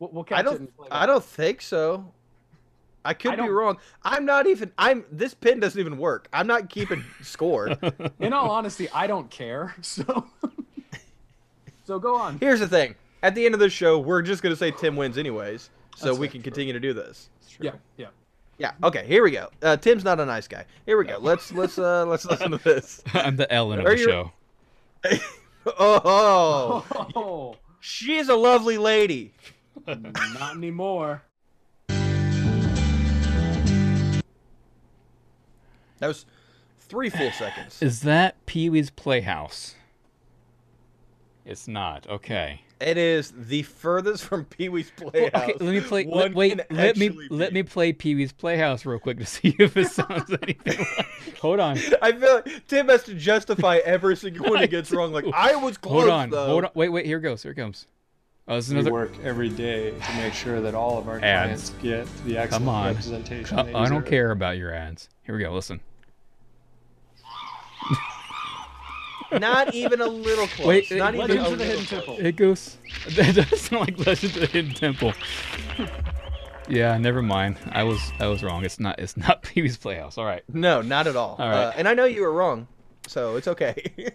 S4: We'll, we'll catch
S2: I
S4: it.
S2: don't.
S4: and play
S2: I don't think so. I could
S4: I
S2: be
S4: don't-
S2: wrong. I'm not even. I'm. This pin doesn't even work. I'm not
S3: *laughs*
S2: keeping score.
S4: back. In all honesty, I don't care. *laughs* So so go on.
S2: Here's the thing. At the end of the show, we're just gonna say Tim wins anyways, so we can continue to do this.
S4: Yeah, yeah.
S2: Yeah. Okay. Here we go. Uh, Tim's not a nice guy. Here we go. Let's let's
S3: *laughs*
S2: uh let's listen to this.
S3: I'm the Ellen of
S2: Are
S3: the
S2: you-
S3: show.
S2: Oh,
S4: Oh,
S2: she's a lovely lady.
S4: not anymore.
S2: That was three full seconds.
S3: Is that Pee Wee's Playhouse? It's not. Okay.
S2: It is the furthest from Pee Wee's
S3: Well,
S2: Playhouse.
S3: okay, let me play.
S2: one
S3: Let, wait,
S2: can
S3: let me
S2: actually
S3: let
S2: be.
S3: me play Pee Wee's Playhouse real quick to *laughs* see if it sounds anything. like. Hold on.
S2: *laughs* I feel like Tim has to justify every single one
S3: I
S2: he gets wrong. Like
S3: do.
S2: I was close.
S3: Hold on.
S2: Though.
S3: Hold on. Wait, wait. Here it goes. Here it comes. Oh, this is
S6: We
S3: another.
S6: work every day to make sure that all of our
S3: Ads.
S6: clients get the excellent
S3: Come on.
S6: representation.
S3: Co-
S6: they
S3: Uh, I don't
S6: deserve.
S3: care about your ads. Here we go. Listen.
S2: Not even a
S3: *laughs*
S2: little close.
S3: Wait,
S2: not
S3: wait,
S2: even a
S4: Legends of the
S2: little
S4: Hidden
S2: close.
S4: Temple.
S3: It goes. *laughs* That does sound like Legend of the Hidden Temple. *laughs* Yeah, never mind. I was I was wrong. It's not it's not *laughs* Pee Wee's Playhouse. All right.
S2: No, not at all.
S3: All
S2: Uh,
S3: right.
S2: and I know you were wrong, so it's okay. *laughs*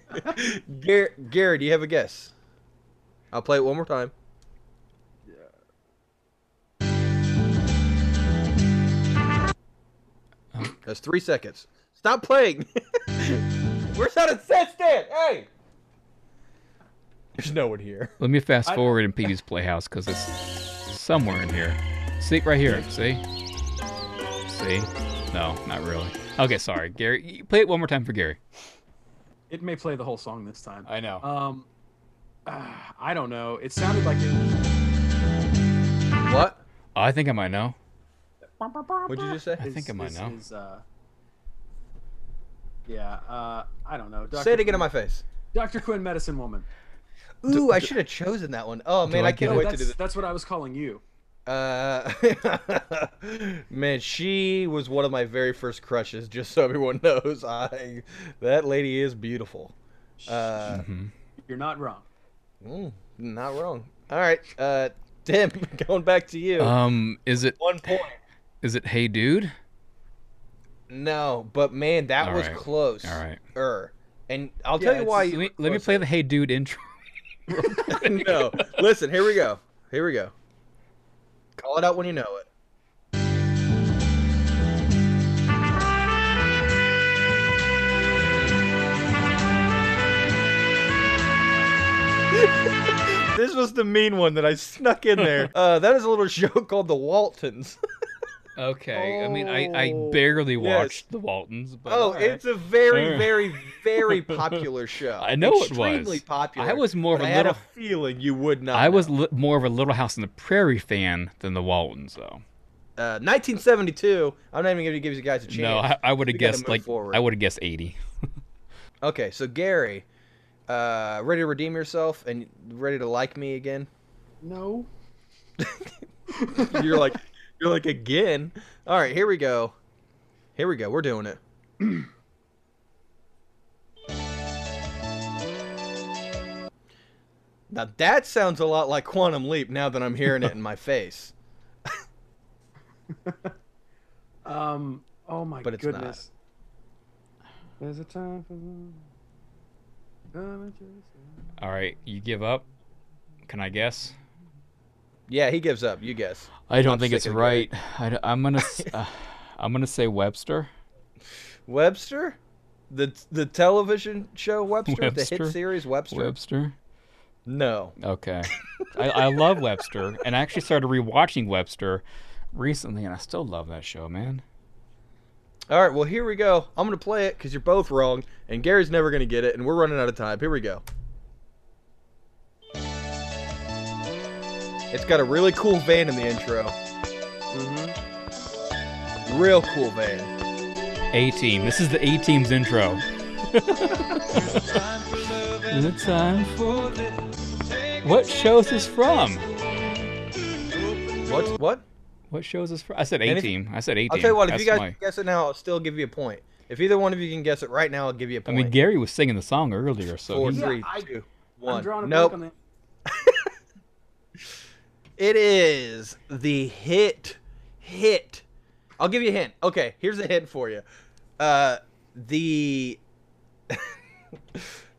S2: Gary, Gary, do you have a guess? I'll play it one more time. That's three seconds. Stop playing. *laughs* Where's that set stand? Hey. There's no one here.
S3: Let me fast
S4: I-
S3: forward in Pee Wee's Playhouse because it's somewhere in here. See, right here. See? See? No, not really. Okay, sorry. Gary, you- play it one more time for Gary.
S4: It may play the whole song this time.
S3: I know.
S2: Uh,
S4: Um, ah, I don't know. It sounded like it.
S2: What?
S3: I think I might know.
S2: What'd you just say?
S3: I think I might
S4: is-
S3: know.
S4: is, uh, yeah, uh, I don't know. Dr.
S2: Say it again in my face.
S4: Dr. Quinn, medicine woman.
S2: Ooh, I should have chosen that one. Oh man,
S3: I
S2: I
S3: get
S2: can't
S4: No,
S2: wait
S3: it?
S2: to
S4: that's,
S2: do this.
S4: that's what I was calling you.
S2: Uh, *laughs* man, she was one of my very first crushes. Just so everyone *laughs* knows, I that lady is beautiful. Uh,
S4: You're not wrong.
S2: mm, not wrong. All right, uh, Tim, *laughs* going back to you.
S3: Um, is it
S2: one point.
S3: is it Hey Dude?
S2: No, but man, that
S3: All
S2: was
S3: right,
S2: close.
S3: all right.
S2: Er, and I'll
S4: Yeah,
S2: tell you
S4: it's
S2: why.
S4: just-
S2: you
S3: Let me,
S2: were
S3: let me play the Hey Dude intro.
S2: closer. *laughs* no, listen. Here we go. Here we go. Call it out when you know
S3: *laughs*
S2: it. This was the mean one that I snuck in there. *laughs* Uh, that is a little show called The
S3: *laughs*
S2: Waltons.
S3: Okay. I mean, I, I
S2: Oh,
S3: barely
S2: yes.
S3: watched The Waltons, but
S2: Oh,
S3: all
S2: *laughs*
S3: right.
S2: it's a very,
S3: Alright.
S2: very,
S3: *laughs*
S2: very popular show.
S3: I know it was.
S2: Extremely popular.
S3: I was more of
S2: but
S3: a
S2: I had
S3: little-
S2: a feeling you would not.
S3: I was
S2: know.
S3: li- more of a Little House on the Prairie fan than The Waltons, though.
S2: Uh, 1972. I'm not even going to give you guys a chance.
S3: No, I, I would
S2: We
S3: have
S2: gotta
S3: guessed
S2: move
S3: like
S2: forward.
S3: I would have guessed eighty.
S2: Okay, so Gary, uh, ready to redeem yourself and ready to like me again?
S4: No.
S2: You're like, you're like again. All right, here we go. Here we go. We're doing it. *clears throat* now that sounds a lot like Quantum Leap. Now that I'm hearing it in
S3: *laughs*
S2: my face.
S4: Um. Oh my
S2: But it's not.
S4: goodness.
S6: There's a time for love. Come and chase it.
S3: All right, you give up? Can I guess?
S2: Yeah, he gives up. You guess.
S3: I don't
S2: I'm
S3: think
S2: sick
S3: it's
S2: of
S3: right. I, am
S2: *laughs*
S3: gonna s- uh, I'm gonna say Webster.
S2: Webster, the the television show Webster, the
S3: Webster?
S2: hit series Webster.
S3: Webster.
S2: no.
S3: Okay. I, I love Webster, and I actually started rewatching Webster recently, and I still love that show, man.
S2: All right, well, here we go. I'm going to play it because you're both wrong, and Gary's never going to get it, and we're running out of time. Here we go. It's got a really cool van in the intro. Mm-hmm. Real cool van.
S3: A Team. This is the A Team's intro. is it time for? What show is this from?
S2: What? What?
S3: What shows is for? I said A
S2: Anything-
S3: Team. I said A Team.
S2: I'll tell you what. If you guys
S3: That's my-
S2: guess it now, I'll still give you a point. If either one of you can guess it right now, I'll give you a
S3: I
S2: point.
S3: mean, Gary was singing the song earlier, so
S2: Four,
S3: he's-
S4: Yeah,
S2: three,
S4: I-
S2: two,
S4: I'm
S2: one.
S4: drawing a
S2: Nope.
S4: blank on
S2: It is the hit. Hit. I'll give you a hint. Okay, here's a hint for you. Uh, the *laughs*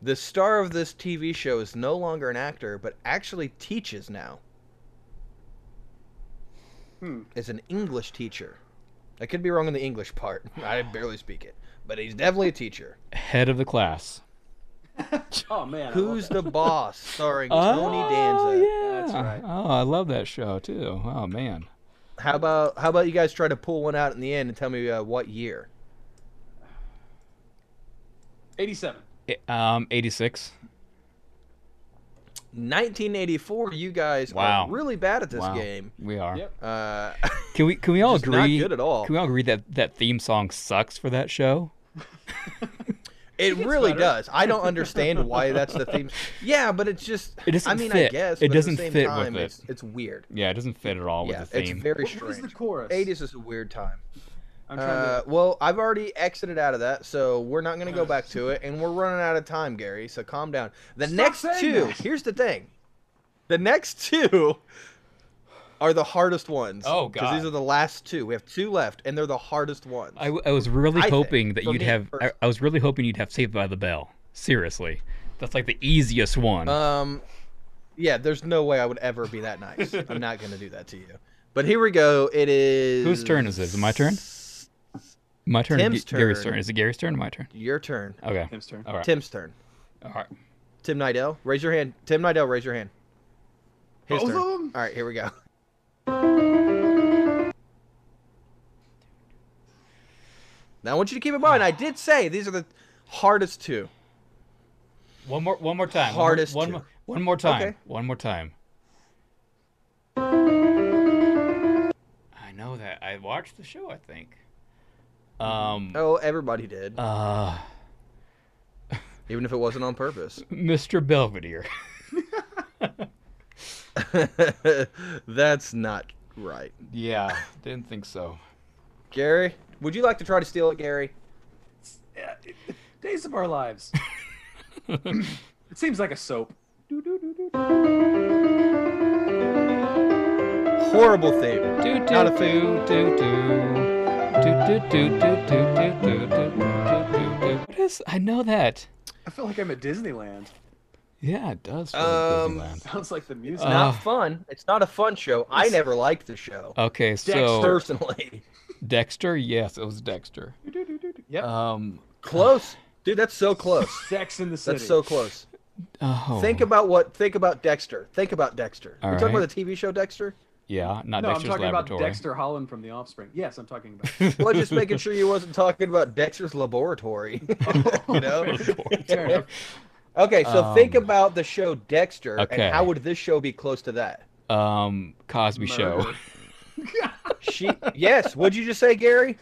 S2: the star of this TV show is no longer an actor, but actually teaches now.
S4: Hmm.
S2: Is an English teacher. I could be wrong on the English part. *laughs* I barely speak it, but he's definitely a teacher.
S3: head of the class.
S4: that. Oh man, *laughs* I love
S2: Who's
S4: that.
S2: the boss? Starring Tony Danza.
S3: Oh, Yeah.
S4: That's right.
S3: Oh, I love that show too. Oh man.
S2: How about how about you guys try to pull one out in the end and tell me uh, what year?
S4: 87?
S3: I- Um, 86.
S2: 1984. You guys
S3: Wow.
S2: are really bad at this
S3: Wow.
S2: game.
S3: We are.
S4: Yep.
S2: Uh, *laughs*
S3: Can we can we all
S2: just not
S3: agree?
S2: good at all.
S3: Can we all agree that that theme song sucks for that show?
S2: it really
S4: better.
S2: does. I don't understand why that's the
S4: *laughs*
S2: theme. Yeah, but it's just.
S3: It doesn't
S2: I mean, I
S3: fit.
S2: guess
S3: It
S2: but
S3: doesn't
S2: at the same
S3: fit with
S2: time,
S3: it.
S2: It's, it's weird.
S3: Yeah, it doesn't fit at all
S2: Yeah,
S3: with the
S2: it's
S3: theme.
S2: very
S4: What was
S2: strange.
S4: the chorus?
S2: 80s is a weird time.
S4: I'm trying
S2: Uh,
S4: to.
S2: well, I've already exited out of that, so we're not going to go back to it, and we're running out of time, Gary. So calm down. The
S4: Stop
S2: next
S4: saying
S2: two.
S4: that.
S2: Here's the thing. The next two are the hardest ones.
S3: Oh,
S2: Because
S3: God.
S2: these are the last two. We have two left, and they're the hardest ones.
S3: I, w- I was really
S2: I think,
S3: hoping that
S2: for
S3: you'd
S2: me,
S3: have. I,
S2: personally.
S3: I was really hoping you'd have Saved by the Bell. Seriously, that's like the easiest one.
S2: Um, yeah. There's no way I would ever be that
S4: *laughs*
S2: nice. I'm not going to do that to you. But here we go. It is
S3: Whose turn is this? Is it my turn? My turn. or
S2: Tim's
S3: Ga- Gary's
S2: turn.
S3: turn. Is it Gary's turn? or My turn.
S2: Your turn.
S3: Okay.
S4: Tim's turn.
S3: All right.
S2: Tim's turn.
S3: All right.
S2: Tim Nidell, raise your hand. Tim Nidell, raise your hand. His
S4: Both
S2: turn.
S4: of 'em?
S2: All right, here we go. Now I want you to keep in mind, I did say these are the hardest two.
S3: One more. One more time.
S2: Hardest
S3: One.
S2: two.
S3: One, mo- one more time.
S2: Okay.
S3: One more time. I know that. I watched the show. I think. Um.
S2: Oh, everybody did,
S3: Uh.
S2: even if it wasn't on purpose. *laughs*
S3: Mr. Belvedere.
S2: That's not right.
S3: yeah. Didn't think so.
S2: Gary, would you like to try to steal it, Gary?
S4: Yeah, it- Days of Our
S2: *laughs*
S4: Lives. it seems like a soap.
S2: Horrible theme.
S3: Do do
S2: Not a
S3: do do do do do do do do do do do do do. What is? I know that.
S4: I feel like I'm at Disneyland. *laughs*
S3: Yeah, it does. feel
S2: Um,
S3: like Disneyland.
S4: Sounds like the music.
S3: Uh,
S2: Not fun. It's not a fun show. I never liked the show
S3: Okay, so Dexter.
S2: personally.
S3: Yes, it was Dexter.
S4: yep.
S3: Um.
S2: Close, dude. That's so close.
S4: Sex in the City.
S2: That's so close.
S3: Oh.
S2: Think about what. Think about Dexter. Think about Dexter.
S3: All
S2: You're talking
S3: right.
S2: about the TV show Dexter.
S3: Yeah, not
S4: no, I'm
S3: Dexter's
S4: talking about
S3: laboratory.
S4: Dexter Holland from The Offspring. Yes, I'm talking
S2: *laughs*
S4: about.
S2: Well, just making sure you wasn't talking about Dexter's laboratory. *laughs* you
S3: *laughs*
S2: know.
S4: Fair enough.
S2: Okay, so think
S3: Um,
S2: about the show Dexter,
S3: okay.
S2: and how would this show be close to that?
S3: um, Cosby Show.
S4: Murder.
S2: She. yes. What'd you just say, Gary?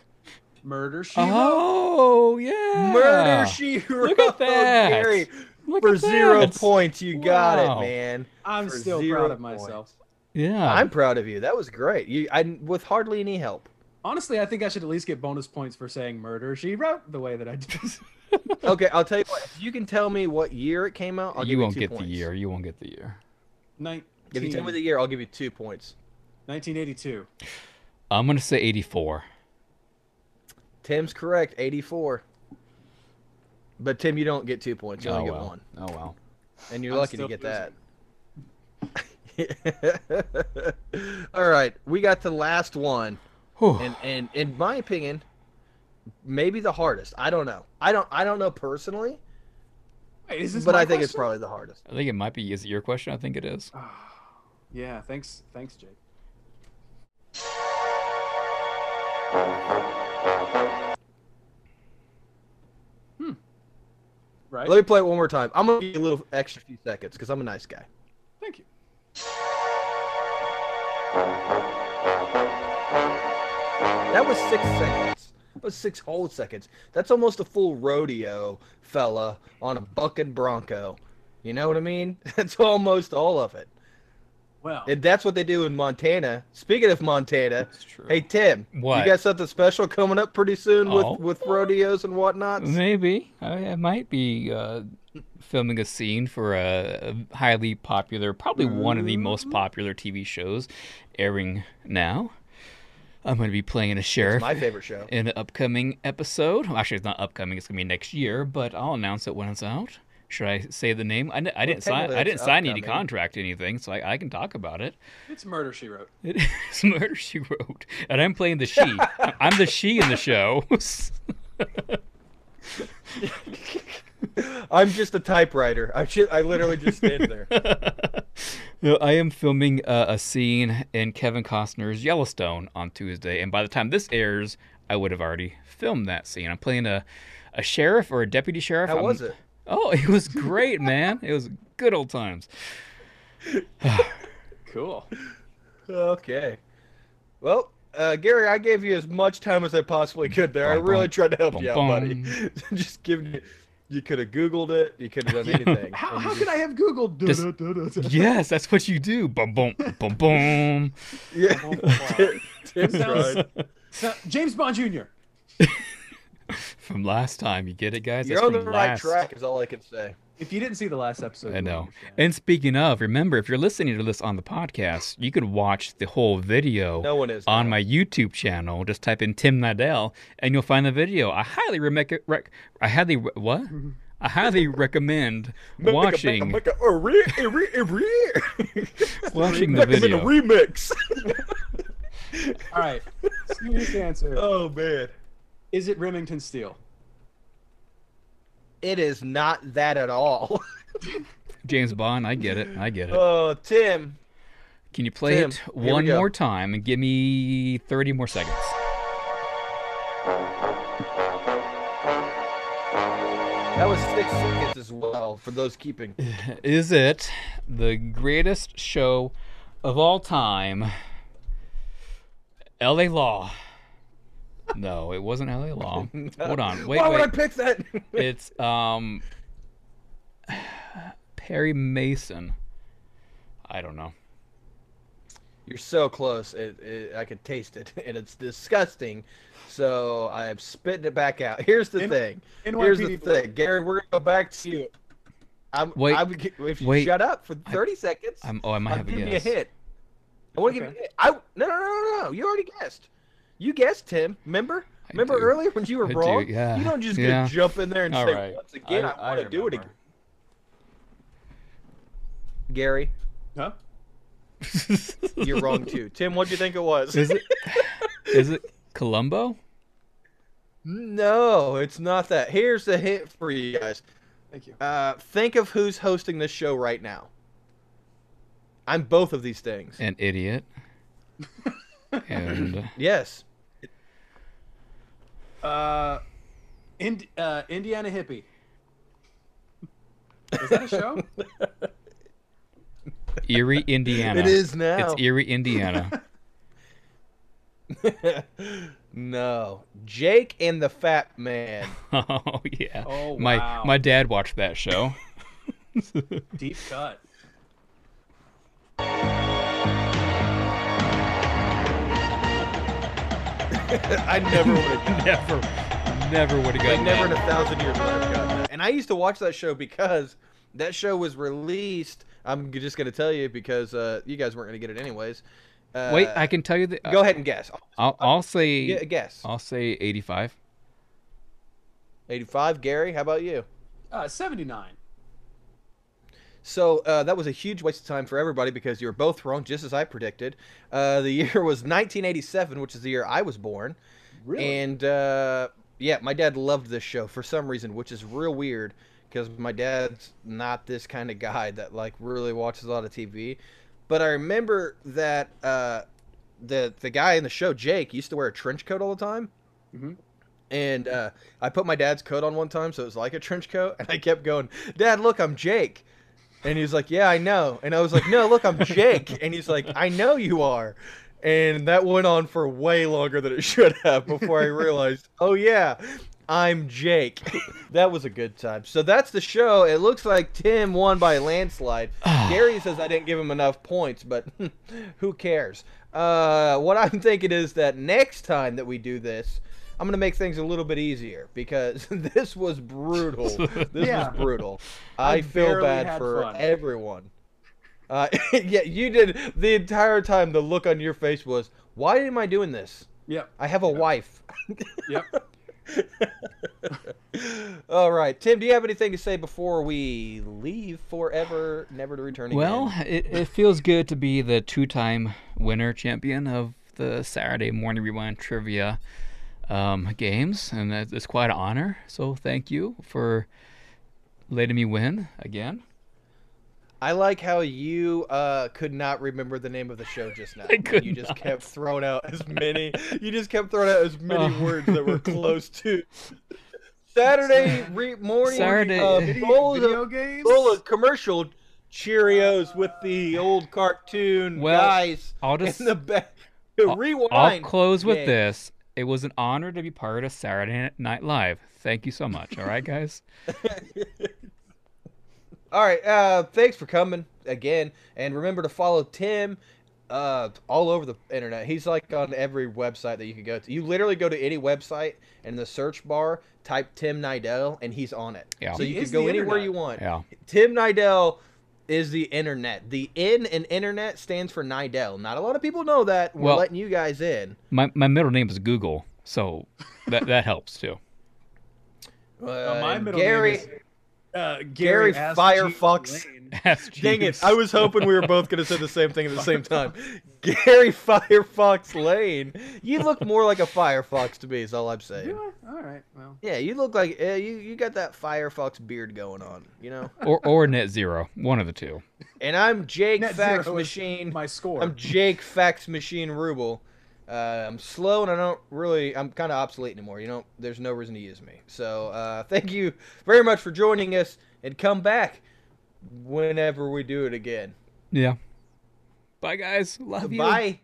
S4: Murder She Wrote.
S3: Oh yeah.
S2: Murder. She wrote.
S3: Look at that.
S2: Gary.
S3: Look
S2: For
S3: at
S2: zero
S3: that.
S2: points, you got
S3: Wow.
S2: it, man.
S4: I'm
S2: For
S4: still
S2: zero
S4: proud of
S2: points.
S4: myself.
S3: Yeah.
S2: I'm proud of you. That was great. You, I with hardly any help.
S4: Honestly, I think I should at least get bonus points for saying Murder She Wrote the way that I did. *laughs*
S2: Okay, I'll tell you what. If you can tell me what year it came out, I'll give
S3: you won't
S2: two
S3: get
S2: points.
S3: the year. You won't get the year.
S2: If you
S4: 19,
S2: tell me the year, I'll give you two points.
S4: 1982.
S3: I'm gonna say 84.
S2: Tim's correct, 84. But Tim, you don't get two points. You
S3: oh
S2: only
S3: well.
S2: get one,
S3: Oh well.
S2: and you're
S4: I'm
S2: lucky to
S4: still
S2: get
S4: losing.
S2: that. *laughs* All right, we got the last one,
S3: Whew.
S2: and and in my opinion, maybe the hardest. I don't know. I don't. I don't know personally,
S4: Wait, is this
S2: but
S4: my
S2: I think it's
S4: question?
S2: probably the hardest.
S3: I think it might be. Is it your question? I think it is.
S4: Yeah, thanks, thanks, Jake. Hmm. Right.
S2: Let me play it one more time. I'm gonna give you a little extra few seconds because I'm a nice guy.
S4: Thank you.
S2: That was six seconds. That was six whole seconds. That's almost a full rodeo fella *laughs* on a bucking bronco. You know what I mean? That's almost all of it.
S4: Well,
S2: And that's what they do in Montana. Speaking of Montana,
S6: That's true.
S2: hey Tim,
S3: What?
S2: you got something special coming up pretty soon
S3: Oh.
S2: with with rodeos and whatnot?
S3: Maybe I, I might be uh, filming a scene for a, a highly popular, probably one of the
S2: Mm-hmm.
S3: most popular TV shows airing now. I'm going to be playing a sheriff
S2: My favorite show.
S3: in an upcoming episode. Well, actually, it's not upcoming; it's going to be next year. But I'll announce it when it's out. Should I say the name? I, n- I didn't sign.
S2: technically
S3: I
S2: it's
S3: didn't sign any
S2: upcoming.
S3: contract, or anything, so I, I can talk about it.
S4: it's murder she wrote.
S3: It *laughs* is murder she wrote, and I'm playing
S2: *laughs*
S3: the she. I'm the she in the show. *laughs*
S2: I'm just a typewriter. I should, I literally just stand
S3: *laughs*
S2: there.
S3: No, I am filming uh, a scene in Kevin Costner's Yellowstone on Tuesday, and by the time this airs, I would have already filmed that scene. I'm playing a, a sheriff or a deputy sheriff.
S2: How
S3: I'm-
S2: was it?
S3: Oh, it was great, man. It was good old times.
S4: Cool.
S2: Okay. Well, uh, Gary, I gave you as much time as I possibly could there. I
S3: Bum,
S2: really
S3: bum.
S2: tried to help
S3: Bum,
S2: you out,
S3: bum.
S2: buddy. *laughs* just giving you, you could have Googled it. You could
S3: *laughs*
S2: have done anything.
S4: How,
S2: and
S4: how
S2: you
S4: could I have Googled? *laughs*
S3: Just- Yes, that's what you do. Boom, boom, boom, boom.
S2: just- Yeah. Tim
S4: Sounds-
S2: tried.
S4: So, James Bond Jr.
S3: From last time, you get it, guys.
S2: You're
S3: that's
S2: on the
S3: from
S2: right
S3: last
S2: track, is all I can say.
S4: If you didn't see the last episode,
S3: I
S4: you
S3: know.
S4: understand.
S3: And speaking of, remember if you're listening to this on the podcast, you could watch the whole video
S2: No one is.
S3: on
S2: *laughs*
S3: my YouTube channel. Just type in Tim Nadell and you'll find the video. I highly rec- rec- I highly re- what? I highly recommend
S2: *laughs*
S3: watching
S2: Make a, a re- a re- a re- *laughs*
S3: watching the
S2: recommend a
S3: video.
S2: remix. *laughs*
S4: All right. Serious answer.
S2: oh man.
S4: Is it Remington Steel?
S2: It is not that at all. *laughs*
S3: James Bond, I get it. I get it.
S2: Oh, Tim.
S3: Can you play
S2: Tim,
S3: it
S2: here we
S3: one
S2: go.
S3: more time and give me 30 more seconds?
S2: That was six seconds as well for those keeping.
S3: Is it the greatest show of all time? LA Law. No, it wasn't LA
S2: *laughs*
S3: Law. Hold on. Wait,
S2: Why
S3: wait.
S2: would I pick that? *laughs*
S3: it's um Perry Mason. I don't know.
S2: You're so close. It, it, I could taste it, *laughs* and it's disgusting. So I'm spitting it back out. *laughs* Here's the
S4: N-
S2: thing.
S4: NYPD
S2: Here's the
S4: Blue.
S2: thing, Gary. We're gonna go back to you. I'm,
S3: Wait,
S2: I'm, if you
S3: wait.
S2: shut up for 30 seconds,
S3: I'm oh I might
S2: I'll
S3: have a
S2: give
S3: guess.
S2: you a hit. I want to give
S4: Okay.
S2: you a hit. I, no, no, no, no, no. You already guessed. You guessed, Tim. Remember? Remember
S3: do.
S2: earlier when you were
S3: I do,
S2: wrong?
S3: yeah.
S2: You don't just
S3: Yeah.
S2: gonna jump in there and
S3: All
S2: say
S3: right.
S2: once again, I, want to do it again.
S3: remember.
S2: Gary,
S4: Huh?
S3: *laughs*
S2: you're wrong too. Tim, what'd you think it was?
S3: Is it Is it Columbo?
S2: No, it's not that. Here's the hint for you guys.
S4: Thank you.
S2: Uh, think of who's hosting this show right now. I'm both of these things.
S3: An idiot. And
S2: Yes.
S4: Uh, Ind- uh, Indiana Hippie. Is that
S2: *laughs*
S4: a show?
S3: Erie, Indiana.
S2: It is now.
S3: It's Erie, Indiana.
S2: *laughs* no. Jake and the Fat Man.
S3: Oh yeah.
S4: Oh,
S3: my
S4: wow.
S3: my dad watched that show.
S4: Deep cut.
S2: *laughs* I never would have gotten
S3: never, never would have
S2: I
S3: gotten
S2: never in
S3: that.
S2: a thousand years would have gotten that. And I used to watch that show because that show was released. I'm just going to tell you because uh, you guys weren't going to get it anyways. Uh,
S3: Wait, I can tell you that.
S2: Go ahead and guess.
S3: I'll, I'll say.
S2: Yeah, guess.
S3: I'll say eighty-five.
S2: 85. Gary, how about you?
S4: Uh, 79.
S2: So uh, that was a huge waste of time for everybody because you were both wrong, just as I predicted. Uh, the year *laughs* was 1987, which is the year I was born.
S4: Really?
S2: And uh, yeah, my dad loved this show for some reason, which is real weird because my dad's not this kind of guy that like really watches a lot of TV. But I remember that uh, the the guy in the show, Jake, used to wear a trench coat all the time.
S4: Mhm.
S2: And uh, I put my dad's coat on one time, so it was like a trench coat, *laughs* and I kept going, "Dad, look, I'm Jake." And he was like, "Yeah, I know." And I was like, "No, look, I'm Jake." And he's like, "I know you are." And that went on for way longer than it should have before I realized, "Oh yeah, I'm Jake. *laughs* that was a good time. So that's the show. It looks like Tim won by a landslide. Gary says I didn't give him enough points, but *laughs* who cares? Uh, what I'm thinking is that next time that we do this, I'm gonna make things a little bit easier because *laughs* this was brutal. This
S4: Yeah.
S2: was brutal. I,
S4: I
S2: feel
S4: barely
S2: bad
S4: had
S2: for
S4: fun.
S2: everyone. Uh, *laughs* yeah, you did the entire time. The look on your face was, "Why am I doing this?
S4: Yep.
S2: I have a wife." *laughs*
S4: Yep.
S2: All right, Tim. Do you have anything to say before we leave forever, never to return again?
S3: Well, it, it feels good to be the two time winner champion of the Saturday Morning Rewind Trivia um, games, and that- it's quite an honor. So thank you for letting me win again.
S2: I like how you uh, could not remember the name of the show
S3: *laughs*
S2: just now.
S3: could
S2: you just kept throwing out as many. You just kept throwing out as many
S3: Oh.
S2: words that
S3: *laughs*
S2: were close to Saturday re- morning.
S3: Saturday-
S2: uh,
S3: *laughs*
S2: bowl of-
S4: Video games.
S2: bowl of commercial Cheerios with the old cartoon
S3: Well,
S2: guys
S3: I'll just
S2: in the back. *laughs* The rewind.
S3: I'll close with
S2: Yeah.
S3: this. It was an honor to be part of Saturday Night Live. Thank you so much. All
S2: *laughs*
S3: right, guys.
S2: All right. Uh, thanks for coming again, and remember to follow Tim. Uh, all over the internet. He's like on every website that you can go to. You literally go to any website and in the search bar type Tim Nidell and he's on it.
S3: Yeah.
S2: So
S4: He
S2: you can
S4: is
S2: go
S4: the
S2: anywhere
S4: internet.
S2: you want.
S3: Yeah.
S2: Tim Nidell is the internet. The N in internet stands for Nidell. Not a lot of people know that. We're
S3: Well-
S2: letting you guys in.
S3: My my middle name is Google, so that that helps too. *laughs*
S2: Uh,
S4: Oh, my
S2: and
S4: middle
S2: Gary,
S4: name is uh,
S2: Gary
S4: Gary, Ass
S2: Firefox.
S4: Cheek Lane.
S3: Ask
S2: Dang
S3: Jeeves.
S2: it! I was hoping we were both going to say the same thing at the same time. *laughs* Gary Firefox Lane. You look more like a Firefox to me. Is all I'm saying.
S4: Do I? All right. Well,
S2: Yeah, you look like uh, you you got that Firefox beard going on. You know.
S3: or or net zero, one of the two.
S2: And I'm Jake
S4: net
S2: Fax
S4: zero is
S2: Machine.
S4: My score.
S2: I'm Jake Fax Machine Ruble. Uh, I'm slow and I don't really. I'm kind of obsolete anymore. You know, there's no reason to use me. So uh, thank you very much for joining us, and come back whenever we do it again.
S3: Yeah. Bye, guys. Love you.
S2: Bye.